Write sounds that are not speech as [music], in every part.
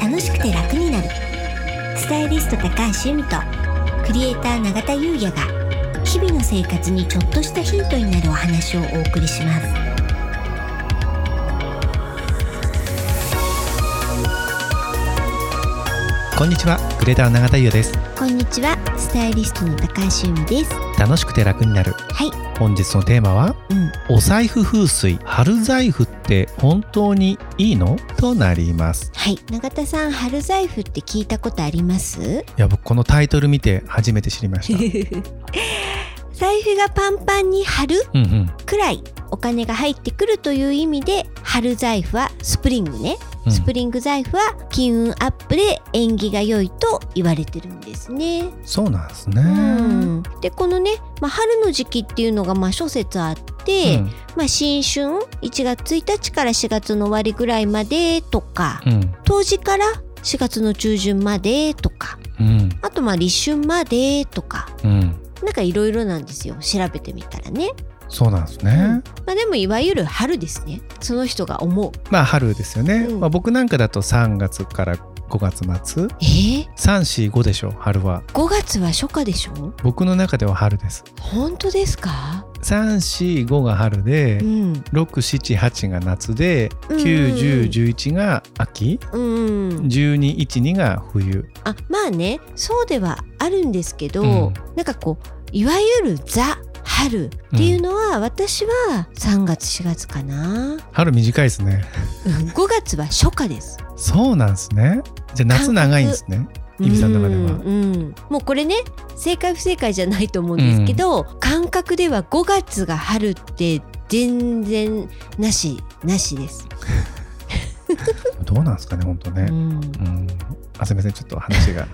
楽しくて楽になるスタイリスト高橋由美とクリエイター永田優也が日々の生活にちょっとしたヒントになるお話をお送りしますこんにちはクレーター永田優ですこんにちはスタイリストの高橋由美ですは楽しくて楽になるい本日のテーマはうんお財布風水春財布って本当にいいのとなりますはい永田さん春財布って聞いたことありますいや僕このタイトル見て初めて知りました [laughs] 財布がパンパンに張るうんうんくらいお金が入ってくるという意味で春財布はスプリングね、うんスプリング財布は金運アップで縁起が良いと言われてるんですね。そうなんですうねんでこのね、まあ、春の時期っていうのがまあ諸説あって、まあ、新春1月1日から4月の終わりぐらいまでとかうんうん冬至から4月の中旬までとかうんあとまあ立春までとかうんなんかいろいろなんですよ調べてみたらね。そうなんですね、うんまあ、でもいわゆる春ですねその人が思う。まあ春ですよね、うんまあ、僕なんかだと3月から5月末えー、 345でしょ春は5月は初夏でしょ僕の中では春です本当ですか345が春で、うん678が夏でうん91011が秋うん1212が冬あまあねそうではあるんですけど、うんなんかこういわゆるザ春っていうのは、私は3月4月かな春短いですね5月は初夏ですそうなんですねじゃあ夏長いんですねイビさんの中ではうんうんもうこれね正解不正解じゃないと思うんですけど、感覚では5月が春って全然なしなしです、どうなんですかね本当うねんうんあすみませんちょっと話が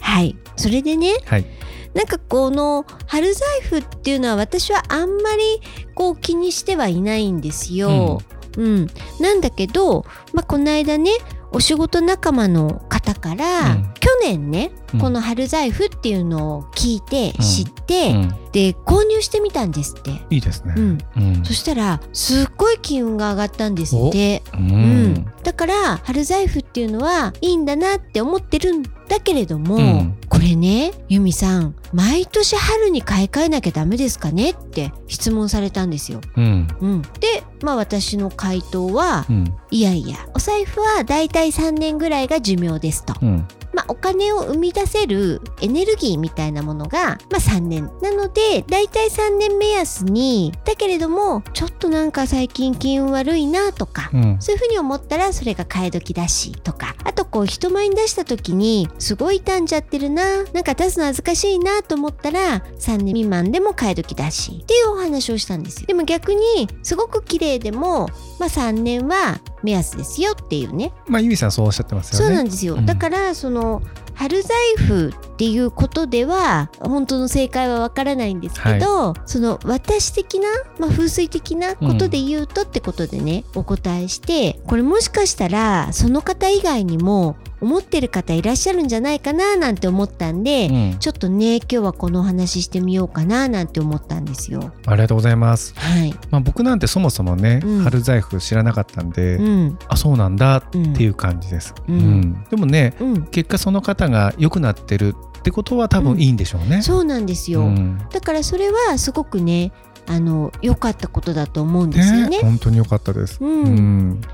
はいそれでねはいなんかこの春財布っていうのは私はあんまりこう気にしてはいないんですよ。うん、なんだけど、まあ、この間ねお仕事仲間の方から、うん去年ね、うんこの春財布っていうのを聞いてうん知って、うんで購入してみたんですって。いいですねうん、うんそしたらすっごい金運が上がったんですって。ううんん、だから春財布っていうのはいいんだなって思ってるんだけれども、うんこれね由美さん毎年春に買い替えなきゃダメですかねって質問されたんですよ。うんうん、でまあ私の回答はうんいやいやお財布はだいたい3年ぐらいが寿命ですと、うんまあ、お金を生み出せるエネルギーみたいなものが、まあ、3年なのでだいたい3年目安にだけれどもちょっとなんか最近金運悪いなとかうんそういうふうに思ったらそれが替え時だしとかあとこう人前に出した時にすごい傷んじゃってるななんか出すの恥ずかしいなと思ったら3年未満でも替え時だしっていうお話をしたんですよでも逆にすごく綺麗でも、まあ、3年は目安ですよっていうねまあゆみさんそうおっしゃってますそようなんねですよ、うんだからその春財布っていうことでは本当の正解はわからないんですけど、その私的な、まあ、風水的なことで言うとってことでね、お答えしてこれもしかしたらその方以外にも思ってる方いらっしゃるんじゃないかななんて思ったんで、うんちょっとね今日はこのお話ししてみようかななんて思ったんですよ。ありがとうございますはい、まあ僕なんてそもそもねうん春財布知らなかったんでうんあそうなんだうん、っていう感じです、ううんんでもねうん、結果その方が良くなってるってことは多分いいんでしょうね、そうなんですよ、うんだからそれはすごくねあの良かったことだと思うんですよね。本当に良かったですう、うんんで、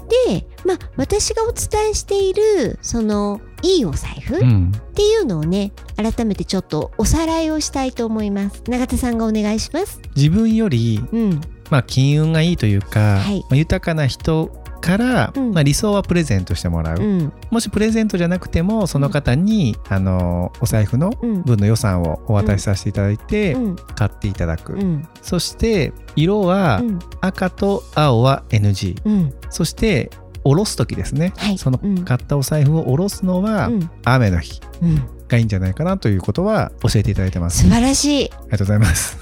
まあ、私がお伝えしているそのいいお財布っうんていうのをね改めてちょっとおさらいをしたいと思います。永田さんがお願いします。自分よりうん、まあ金運がいいというか、はいまあ、豊かな人から、うんまあ、理想はプレゼントしてもらう、うん、もしプレゼントじゃなくてもその方に、あのお財布のうん、分の予算をお渡しさせていただいて、うん、買っていただく、うん、そして色はうん、赤と青は NG、うん、そして下ろす時ですね、はいそのうん買ったお財布を下ろすのは、うん、雨の日うん、がいいんじゃないかなということは教えていただいてます。素晴らしい、ありがとうございます。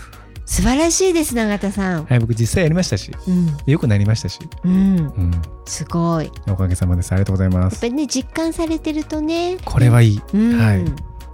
素晴らしいです永田さん。 [laughs] はい、僕実際やりましたし、うん、良くなりましたし、うん、うん、すごい。やおかげさまです。ありがとうございまっす。ぱりね実感されてるとね。これはいい。うん、はい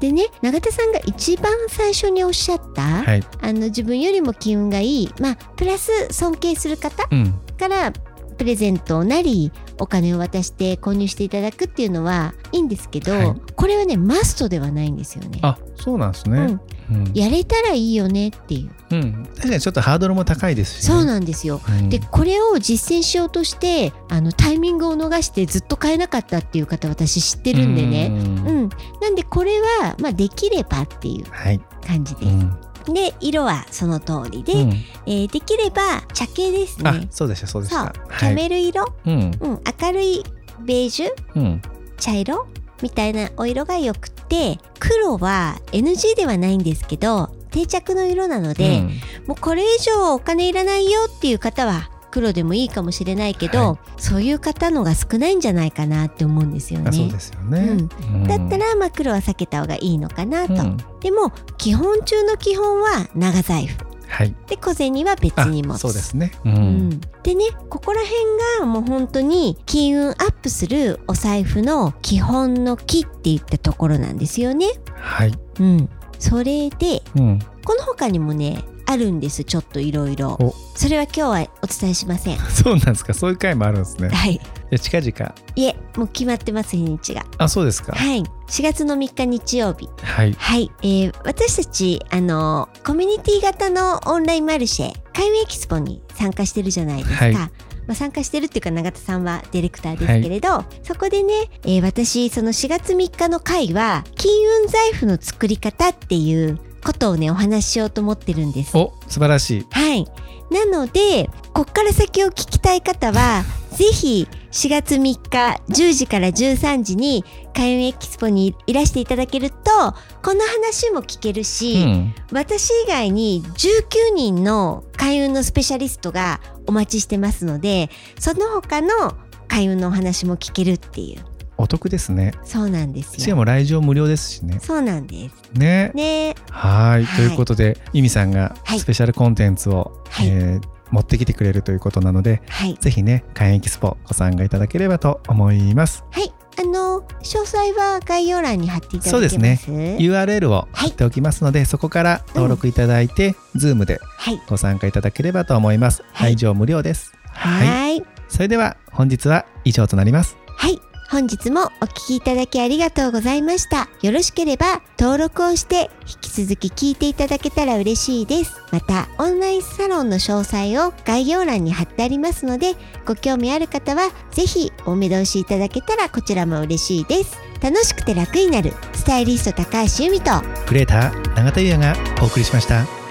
でね永田さんが一番最初におっしゃった、はい、あの自分よりも金運がいい、まあ、プラス尊敬する方うん、からプレゼントなりお金を渡して購入していただくっていうのはいいんですけど、はいこれはねマストではないんですよね。あそうなんですね、うんやれたらいいよねっていううん確かにちょっとハードルも高いですしね、そうなんですよ。うんでこれを実践しようとしてあのタイミングを逃してずっと買えなかったっていう方私知ってるんでね。うんうん、なんでこれは、まあ、できればっていうはい、感じでうす。んで色はその通りで、うんえーできれば茶系ですあね。そうでしたそうでしそうたキはャいメル色、うんうん、明るいベージュうん茶色みたいなお色がよくて黒は NG ではないんですけど定着の色なので、うんもうこれ以上お金いらないよっていう方は黒でもいいかもしれないけど、はそういう方のが少ないんじゃないかなって思うんですよね。あそうですよね、うんだったらまあ黒は避けた方がいいのかなと、うんでも基本中の基本は長財布はいで小銭は別あに持つそうですね、ううんん、でねここら辺がもう本当に金運アップするお財布の基本の木っていったところなんですよね。はい、うん、それでうん、 [laughs] この他にもねあるんですちょっといろいろおそれは今日はお伝えしませんそうなんですかそういう回もあるんですねはいじゃあ近々いえもう決まってます日にちがあそうですかはい4月の3日日曜日はいはい、えー私たちあのコミュニティ型のオンラインマルシェ海運エキスポに参加してるじゃないですか、はいまあ、参加してるっていうか永田さんはディレクターですけれど、そこでね、えー私その4月3日の会は金運財布の作り方っていうことをねお話ししようと思ってるんですお素晴らしいはい。なので、こっから先を聞きたい方は、ぜひ4月3日10時から13時に開運エキスポにいらしていただけると、この話も聞けるし、うん私以外に19人の開運のスペシャリストがお待ちしてますので、その他の開運のお話も聞けるっていう。お得ですねそうなんですしかよ。も来場無料ですしねそうなんです。ねね。はーいはいということでゆみさんがはいスペシャルコンテンツを、はいえー持ってきてくれるということなのではい。ぜひね開園エキスポご参加いただければと思いますはい。あの、詳細は概要欄に貼っていただけますそうですね URL を貼っておきますので、そこから登録いただいて、Zoom ではい。ご参加いただければと思いますはい来場無料ですはいいはいそれでは本日は以上となります本日もお聞きいただきありがとうございましたよろしければ登録をして引き続き聞いていただけたら嬉しいですまたオンラインサロンの詳細を概要欄に貼ってありますのでご興味ある方はぜひお目通しいただけたらこちらも嬉しいです楽しくて楽になるスタイリスト高橋由美とクレーター永田優也がお送りしました